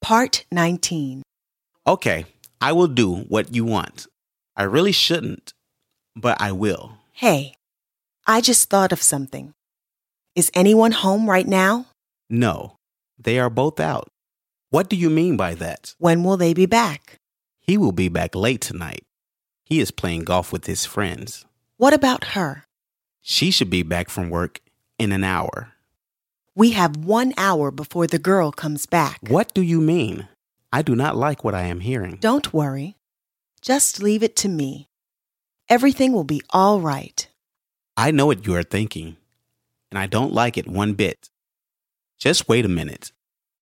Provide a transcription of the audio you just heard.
Part 19. Okay, I will do what you want. I really shouldn't, but I will. Hey, I just thought of something. Is anyone home right now? No, they are both out. What do you mean by that? When will they be back? He will be back late tonight. He is playing golf with his friends. What about her? She should be back from work in an hour. We have one hour before the girl comes back. What do you mean? I do not like what I am hearing. Don't worry. Just leave it to me. Everything will be all right. I know what you are thinking, and I don't like it one bit. Just wait a minute.